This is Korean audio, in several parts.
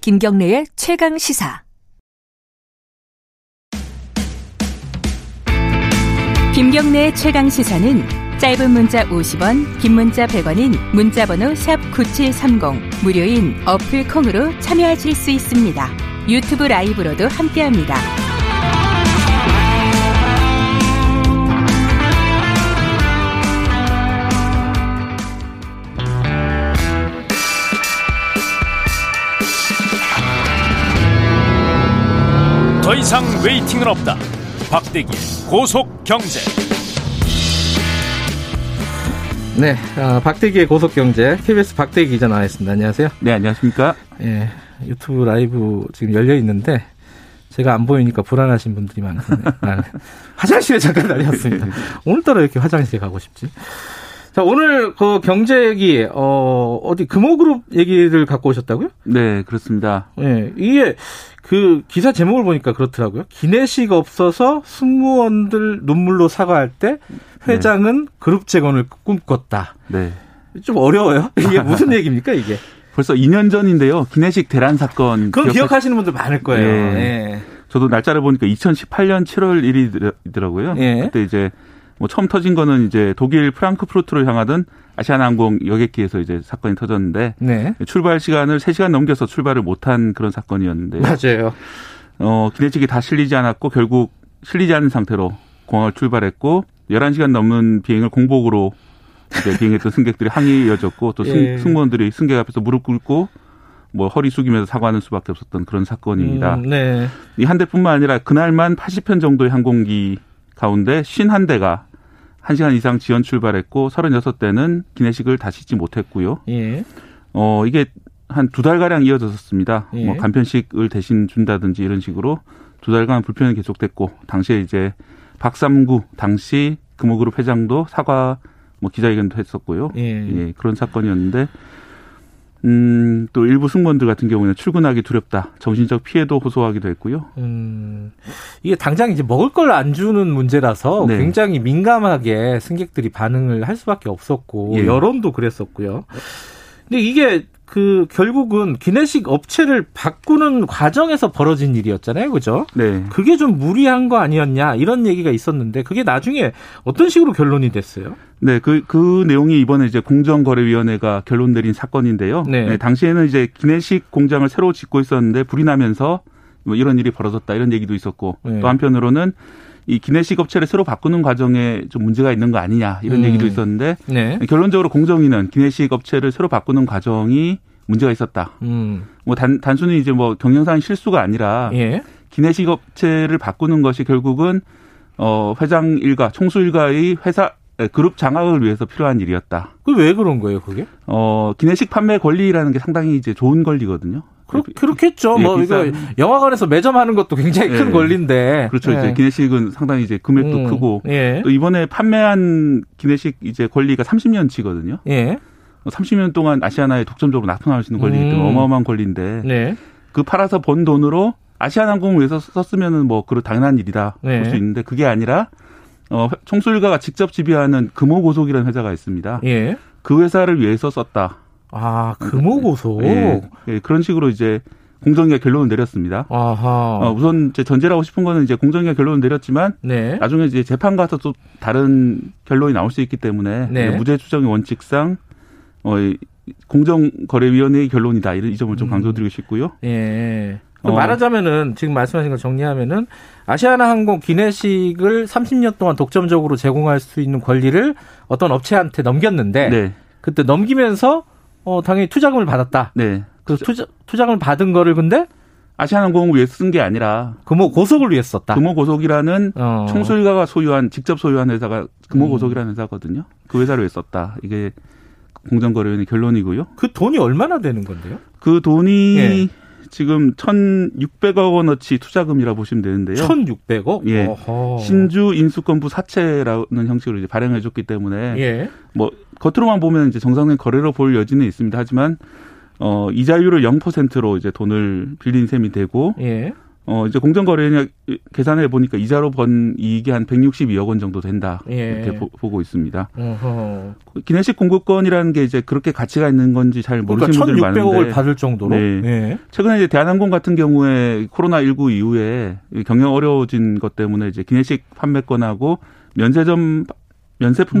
김경래의 최강 시사. 김경래의 최강 시사는 짧은 문자 50원, 긴 문자 100원인 문자번호 샵 #9730 무료인 어플 콩으로 참여하실 수 있습니다. 유튜브 라이브로도 함께합니다. 더 이상 웨이팅은 없다. 박대기의 고속 경제. 네, 아, 박대기의 고속경제 KBS 박대기 기자 나와있습니다. 안녕하세요. 네, 안녕하십니까? 예, 유튜브 라이브 지금 열려 있는데 제가 안 보이니까 불안하신 분들이 많거든요. 화장실에 잠깐 다녀왔습니다. 오늘따라 이렇게 화장실 가고 싶지? 자, 오늘 그 경제 얘기 어 어디 금호그룹 얘기를 갖고 오셨다고요? 네, 그렇습니다. 예, 이게 그 기사 제목을 보니까 그렇더라고요. 기내식 없어서 승무원들 눈물로 사과할 때 회장은 그룹 재건을 꿈꿨다. 네. 좀 어려워요. 이게 무슨 얘기입니까, 이게? 벌써 2년 전인데요. 기내식 대란 사건. 그건 기억하- 기억하... 시는 분들 많을 거예요. 예. 예. 저도 날짜를 보니까 2018년 7월 1일이더라고요. 예. 그때 이제 뭐 처음 터진 거는 이제 독일 프랑크푸르트를 향하던 아시아나항공 여객기에서 이제 사건이 터졌는데 네. 출발 시간을 3시간 넘겨서 출발을 못한 그런 예. 사건이었는데 맞아요. 어, 기내식이 다 실리지 않았고 결국 실리지 않은 상태로 공항을 출발했고 11시간 넘는 비행을 공복으로 이제 비행했던 승객들이 항의에 이어졌고 또 승, 예. 무원들이 승객 앞에서 무릎 꿇고 뭐 허리 숙이면서 사과하는 수밖에 없었던 그런 사건입니다. 음, 네. 이 한 대뿐만 아니라 그날만 80편 정도의 항공기 가운데 51대가 1시간 이상 지연 출발했고 36대는 기내식을 다시 지 못했고요. 예. 어, 이게 한 두 달가량 이어졌었습니다. 예. 뭐 간편식을 대신 준다든지 이런 식으로 두 달간 불편이 계속됐고, 당시에 이제 박삼구, 당시 금호그룹 회장도 사과, 뭐 기자회견도 했었고요. 예. 예, 그런 사건이었는데, 음, 또 일부 승무원들 같은 경우는 출근하기 두렵다. 정신적 피해도 호소하기도 했고요. 음, 이게 당장 이제 먹을 걸 안 주는 문제라서 네. 굉장히 민감하게 승객들이 반응을 할 수밖에 없었고 예. 여론도 그랬었고요. 근데 이게 그 결국은 기내식 업체를 바꾸는 과정에서 벌어진 일이었잖아요, 그죠? 네. 그게 좀 무리한 거 아니었냐 이런 얘기가 있었는데 그게 나중에 어떤 식으로 결론이 됐어요? 네, 그, 그 내용이 이번에 이제 공정거래위원회가 결론 내린 사건인데요. 네. 당시에는 이제 기내식 공장을 새로 짓고 있었는데 불이 나면서 뭐 이런 일이 벌어졌다 이런 얘기도 있었고 네. 또 한편으로는 이 기내식 업체를 새로 바꾸는 과정에 좀 문제가 있는 거 아니냐 이런 음. 얘기도 있었는데 네. 결론적으로 공정위는 기내식 업체를 새로 바꾸는 과정이 문제가 있었다. 음. 뭐 단, 단순히 이제 뭐 경영상 실수가 아니라 예. 기내식 업체를 바꾸는 것이 결국은 어 회장 일가, 총수 일가의 회사 에, 그룹 장악을 위해서 필요한 일이었다. 그 왜 그런 거예요, 그게? 어 기내식 판매 권리라는 게 상당히 이제 좋은 권리거든요. 그렇, 그렇겠죠. 예, 뭐, 이거, 비싼- 영화관에서 매점하는 것도 굉장히 큰 예. 권리인데. 그렇죠. 예. 이제 기내식은 상당히 이제 금액도 음, 크고 예. 또 이번에 판매한 기내식 이제 권리가 30년치거든요. 예. 30년 동안 아시아나에 독점적으로 납품할 수 있는 권리이기 때문에 음. 어마어마한 권리인데 네. 그 팔아서 번 돈으로 아시아나항공을 위해서 썼으면은 뭐 그런 당연한 일이다 네. 볼 수 있는데 그게 아니라 어 총수일가가 직접 지배하는 금호고속이라는 회사가 있습니다. 예. 그 회사를 위해서 썼다. 아, 금호고소. 예, 예, 그런 식으로 이제 공정위가 결론을 내렸습니다. 아하. 어, 우선 이제 전제라고 싶은 거는 이제 공정위가 결론을 내렸지만 네. 나중에 이제 재판 가서 또 다른 결론이 나올 수 있기 때문에 네. 이제 무죄 추정의 원칙상 어, 이 공정거래위원회의 결론이다 이런 이 점을 음. 좀 강조드리고 싶고요. 예. 그 어. 말하자면은 지금 말씀하신 걸 정리하면은 아시아나 항공 기내식을 30년 동안 독점적으로 제공할 수 있는 권리를 어떤 업체한테 넘겼는데 네, 그때 넘기면서 어 당연히 투자금을 받았다. 네. 그 투자 투자금을 받은 거를 근데 아시아나항공을 위해 서 쓴 게 아니라 금호 그뭐 고속을 위해 썼다. 그 금호고속이라는 어. 음. 총수일가가 소유한 직접 소유한 회사가 금호고속이라는 회사거든요. 그 회사를 왜 썼다. 이게 공정거래위원회 결론이고요. 그 돈이 얼마나 되는 건데요? 그 돈이 예. 지금 1,600억 원어치 투자금이라 보시면 되는데요. 1,600억. 예. 어허. 신주 인수권부 사채라는 형식으로 이제 발행해 줬기 때문에 예. 뭐 겉으로만 보면 이제 정상적인 거래로 볼 여지는 있습니다. 하지만 어 이자율을 0%로 이제 돈을 빌린 셈이 되고 예. 어, 이제 공정거래량 계산해 보니까 이자로 번 이익이 한 162억 원 정도 된다. 예. 이렇게 보, 보고 있습니다. 어허. 기내식 공급권이라는 게 이제 그렇게 가치가 있는 건지 잘 그러니까 모르시는 분들 1,600억을 많은데 받을 정도로. 네. 예. 최근에 이제 대한항공 같은 경우에 코로나 19 이후에 이 경영 어려워진 것 때문에 이제 기내식 판매권하고 면세점 파- 면세품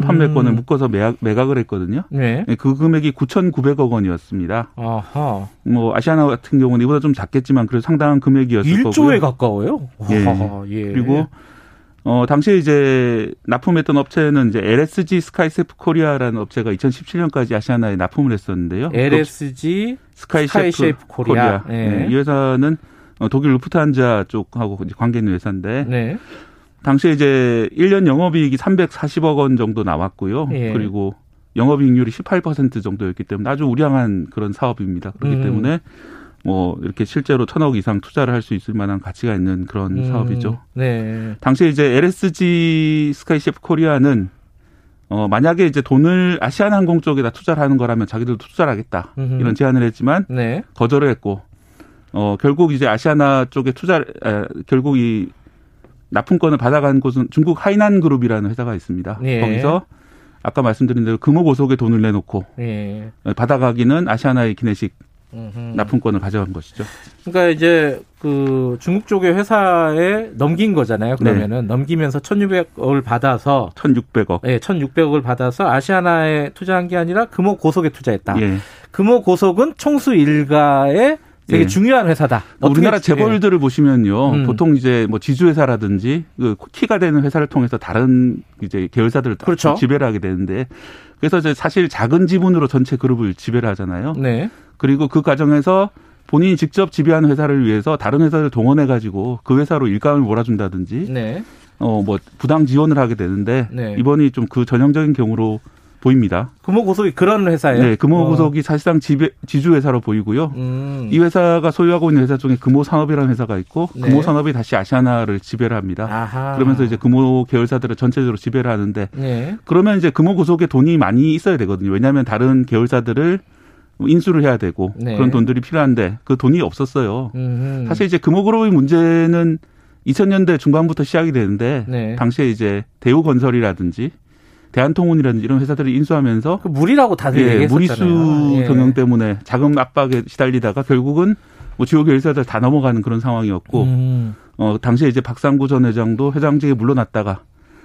음. 판매권을 묶어서 매각, 매각을 했거든요. 네. 네, 그 금액이 9,900억 원이었습니다. 아하. 뭐 아시아나 같은 경우는 이보다 좀 작겠지만 그래도 상당한 금액이었을 거고요. 1조에 가까워요? 예. 아하, 예. 그리고 어 당시에 이제 납품했던 업체는 이제 LSG 스카이셰프 코리아라는 업체가 2017년까지 아시아나에 납품을 했었는데요. 그 LSG 스카이셰프 스카이셰프 코리아. 예. 네, 이 회사는 어, 독일 루프트한자 쪽하고 이제 관계 있는 회사인데 네. 당시에 이제 1년 영업이익이 340억 원 정도 나왔고요. 예. 그리고 영업이익률이 18% 정도였기 때문에 아주 우량한 그런 사업입니다. 그렇기 음. 때문에 뭐 이렇게 실제로 천억 이상 투자를 할 수 있을 만한 가치가 있는 그런 음, 사업이죠. 네. 당시에 이제 LSG 스카이셰프 코리아는 어 만약에 이제 돈을 아시아나항공 쪽에다 투자를 하는 거라면 자기들도 투자를 하겠다 음흠. 이런 제안을 했지만 네. 거절을 했고 어 결국 이제 아시아나 쪽에 투자 결국 이 납품권을 받아간 곳은 중국 하이난 그룹이라는 회사가 있습니다. 예. 거기서 아까 말씀드린 대로 금호 보석에 돈을 내놓고 예. 받아가기는 아시아나의 기내식 음흠. 납품권을 가져간 것이죠. 그러니까 이제 그 중국 쪽의 회사에 넘긴 거잖아요. 네. 그러면은 넘기면서 1,600억을 받아서 1,600억. 예, 1,600억을 받아서 아시아나에 투자한 게 아니라 금호 고속에 투자했다. 예. 금호 고속은 총수 일가의 되게 예. 중요한 회사다. 어떻게- 예. 우리나라 재벌들을 보시면요, 음. 보통 이제 뭐 지주회사라든지 그 키가 되는 회사를 통해서 다른 이제 계열사들을 다 그렇죠. 지배를 하게 되는데, 그래서 이제 사실 작은 지분으로 전체 그룹을 지배를 하잖아요. 예. 네. 그리고 그 과정에서 본인이 직접 지배하는 회사를 위해서 다른 회사를 동원해 가지고 그 회사로 일감을 몰아준다든지, 네. 어 뭐 부당 지원을 하게 되는데 네. 이번이 좀 그 전형적인 경우로 보입니다. 금호 고속이 그런 회사예요. 네, 어. 금호구석이 사실상 지배, 지주회사로 보이고요. 음. 이 회사가 소유하고 있는 회사 중에 금호산업이라는 회사가 있고 네. 금호산업이 다시 아시아나를 지배를 합니다. 아하. 그러면서 이제 금호 계열사들을 전체적으로 지배를 하는데 예. 그러면 이제 금호구속에 돈이 많이 있어야 되거든요. 왜냐하면 다른 계열사들을 인수를 해야 되고 네. 그런 돈들이 필요한데 그 돈이 없었어요. 음흠. 사실 이제 금호그룹의 문제는 2000년대 중반부터 시작이 되는데 네. 당시에 이제 대우건설이라든지 대한통운이라든지 이런 회사들을 인수하면서 그 물이라고 다들 예, 얘기했었잖아요. 무리수 예. 경영 때문에 자금 압박에 시달리다가 결국은 뭐 주요 계열사들 다 넘어가는 그런 상황이었고 음. 어 당시에 이제 박상구 전 회장도 회장직에 물러났다가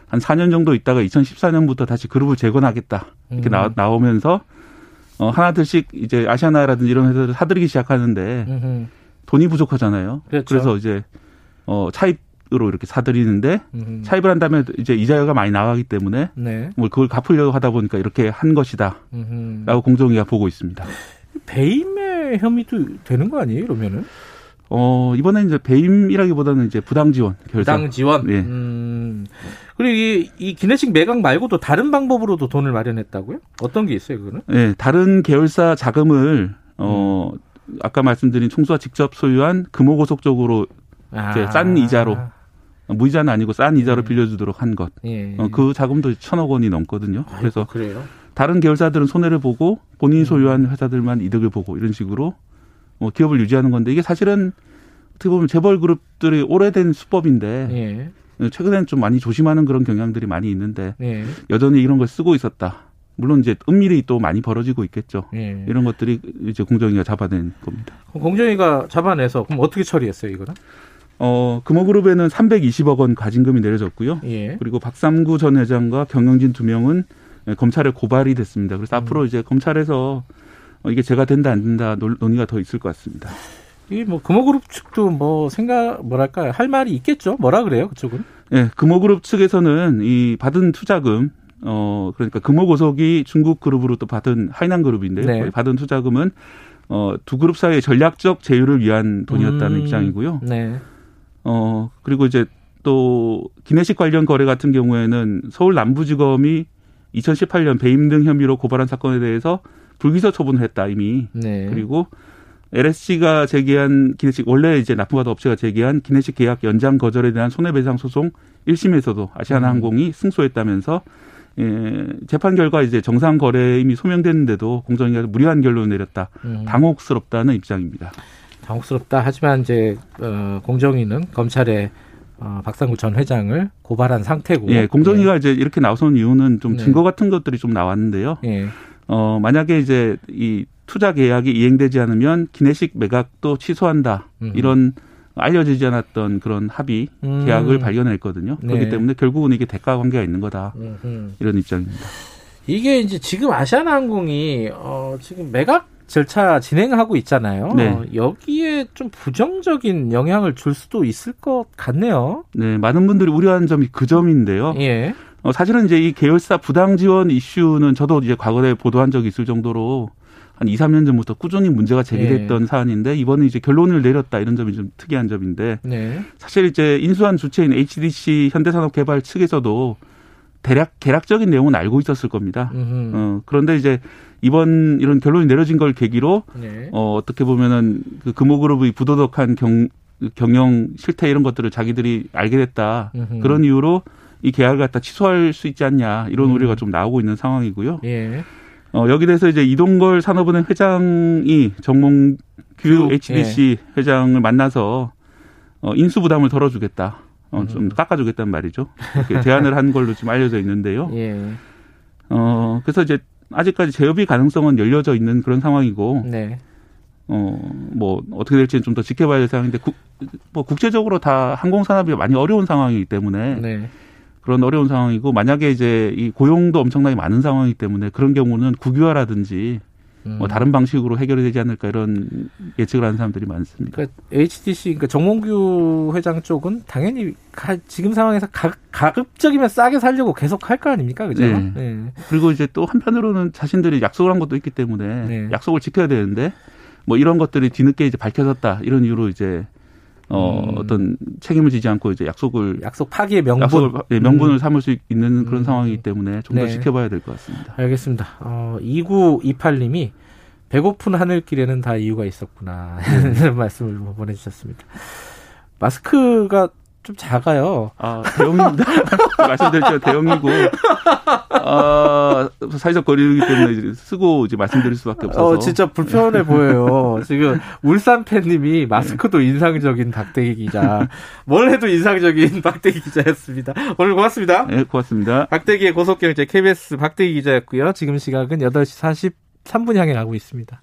한 4년 정도 있다가 2014년부터 다시 그룹을 재건하겠다 이렇게 음. 나, 나오면서 어 하나둘씩 이제 아시아나라든지 이런 회사들 사들이기 시작하는데 음흠. 돈이 부족하잖아요. 그렇죠. 래서 이제 어 차입으로 이렇게 사들이는데 음흠. 차입을 한 다음에 이제 이자가 많이 나가기 때문에 네. 뭐 그걸 갚으려고 하다 보니까 이렇게 한 것이다. 음흠. 라고 공정위가 보고 있습니다. 배임의 혐의도 되는 거 아니에요? 이러면은 어, 이번에 이제 배임이라기보다는 이제 부당 지원 결사. 부당 지원. 예. 음. 그리고 이, 이 기내식 매각 말고도 다른 방법으로도 돈을 마련했다고요? 어떤 게 있어요, 그거는? 예, 다른 계열사 자금을 음. 어 아까 말씀드린 총수와 직접 소유한 금호고속 쪽으로 이제 아. 싼 이자로. 무이자는 아니고 싼 음. 이자로 빌려주도록 한 것. 예. 어, 그 자금도 천억 원이 넘거든요. 아이고, 음. 그래서 그래요. 다른 계열사들은 손해를 보고 본인이 소유한 회사들만 이득을 보고 이런 식으로 뭐 기업을 유지하는 건데 이게 사실은 어떻게 보면 재벌 그룹들이 오래된 수법인데 예. 최근에는 좀 많이 조심하는 그런 경향들이 많이 있는데 예. 여전히 이런 걸 쓰고 있었다. 물론 이제 은밀히 또 많이 벌어지고 있겠죠. 예. 이런 것들이 이제 공정위가 잡아낸 겁니다. 그럼 공정위가 잡아내서 그럼 어떻게 처리했어요, 이거는? 어, 금호그룹에는 320억 원 과징금이 내려졌고요. 예. 그리고 박삼구 전 회장과 경영진 두 명은 예, 검찰에 고발이 됐습니다. 그래서 앞으로 이제 검찰에서 어, 이게 제가 된다 안 된다 논- 논의가 더 있을 것 같습니다. 이 뭐 금호그룹 측도 뭐 생각 뭐랄까 할 말이 있겠죠. 뭐라 그래요, 그쪽은? 예, 금호그룹 측에서는 이 받은 투자금, 어, 그러니까 금호고속이 중국 그룹으로 또 받은 하이난 그룹인데요. 네. 거기 받은 투자금은 어, 두 그룹 사이의 전략적 제휴를 위한 돈이었다는 음, 입장이고요. 네. 어, 그리고 이제 또 기내식 관련 거래 같은 경우에는 서울 남부지검이 2018년 배임 등 혐의로 고발한 사건에 대해서 불기소 처분을 했다, 이미. 네. 그리고 LSC가 제기한 기내식 원래 이제 납품받은 업체가 제기한 기내식 계약 연장 거절에 대한 손해배상 소송 1심에서도 아시아나항공이 승소했다면서 예, 재판 결과 이제 정상 거래 이미 소명됐는데도 공정위가 무리한 결론을 내렸다. 음. 당혹스럽다는 입장입니다. 당혹스럽다. 하지만 이제 어, 공정위는 검찰에 어, 박상구 전 회장을 고발한 상태고. 예, 공정위가 이제 이렇게 나선 이유는 좀 네. 증거 같은 것들이 좀 나왔는데요. 예. 예. 어, 만약에 이제 이 투자 계약이 이행되지 않으면 기내식 매각도 취소한다. 음. 이런 알려지지 않았던 그런 합의 음. 계약을 발견했거든요. 네. 그렇기 때문에 결국은 이게 대가 관계가 있는 거다. 음, 음. 이런 입장입니다. 이게 이제 지금 아시아나항공이 어, 지금 매각 절차 진행하고 있잖아요. 네. 어, 여기에 좀 부정적인 영향을 줄 수도 있을 것 같네요. 네, 많은 분들이 우려하는 점이 그 점인데요. 예. 어, 사실은 이제 이 계열사 부당 지원 이슈는 저도 이제 과거에 보도한 적이 있을 정도로 한 2, 3년 전부터 꾸준히 문제가 네. 제기됐던 사안인데 이번에 이제 결론을 내렸다 이런 점이 좀 특이한 점인데 네. 사실 이제 인수한 주체인 HDC 현대산업개발 측에서도 대략 계략적인 내용은 알고 있었을 겁니다. 음흠. 어, 그런데 이제 이번 이런 결론이 내려진 걸 계기로 네. 어, 어떻게 보면은 그 금호그룹의 부도덕한 경, 경영 실태 이런 것들을 자기들이 알게 됐다. 음흠. 그런 이유로 이 계약을 갖다 취소할 수 있지 않냐 이런 음. 우려가 좀 나오고 있는 상황이고요. 예. 어, 여기 대해서 이제 이동걸 산업은행 회장이 정몽규 규, 예. HBC 회장을 만나서 어, 인수 부담을 덜어주겠다. 음. 어, 좀 깎아주겠다는 말이죠. 이렇게 제안을 한 걸로 지금 알려져 있는데요. 예. 어, 그래서 이제 아직까지 재협의 가능성은 열려져 있는 그런 상황이고, 네. 어, 뭐, 어떻게 될지는 좀 더 지켜봐야 될 상황인데, 국, 뭐, 국제적으로 다 항공산업이 많이 어려운 상황이기 때문에, 네. 그런 어려운 상황이고, 만약에 이제 이 고용도 엄청나게 많은 상황이기 때문에, 그런 경우는 국유화라든지, 음. 뭐 다른 방식으로 해결이 되지 않을까 이런 예측을 하는 사람들이 많습니다. 그러니까 HDC 그러니까 정몽규 회장 쪽은 당연히 가- 지금 상황에서 가, 가급적이면 싸게 살려고 계속 할 거 아닙니까? 그죠? 네. 네. 그리고 이제 또 한편으로는 자신들이 약속을 한 것도 있기 때문에 네. 약속을 지켜야 되는데 뭐 이런 것들이 뒤늦게 이제 밝혀졌다 이런 이유로 이제 어 음. 어떤 책임을 지지 않고 이제 약속을 예. 약속 파기의 명분. 약속을 예, 명분을 삼을 수 있는 그런 음. 상황이기 때문에 좀 더 네. 지켜봐야 될 것 같습니다. 알겠습니다. 어, 2928님이 배고픈 하늘길에는 다 이유가 있었구나. 이런 말씀을 뭐 보내주셨습니다. 마스크가 좀 작아요. 아 대형입니다. 말씀드릴 때 대형이고 아 사회적 거리두기 때문에 이제 쓰고 이제 말씀드릴 수밖에 없어서 어, 진짜 불편해 보여요. 지금 울산 팬님이 마스크도 인상적인 박대기 기자. 뭘 해도 인상적인 박대기 기자였습니다. 오늘 고맙습니다. 예 고맙습니다. 박대기의 고속경제 KBS 박대기 기자였고요. 지금 시각은 8시 43분 향해 가고 있습니다.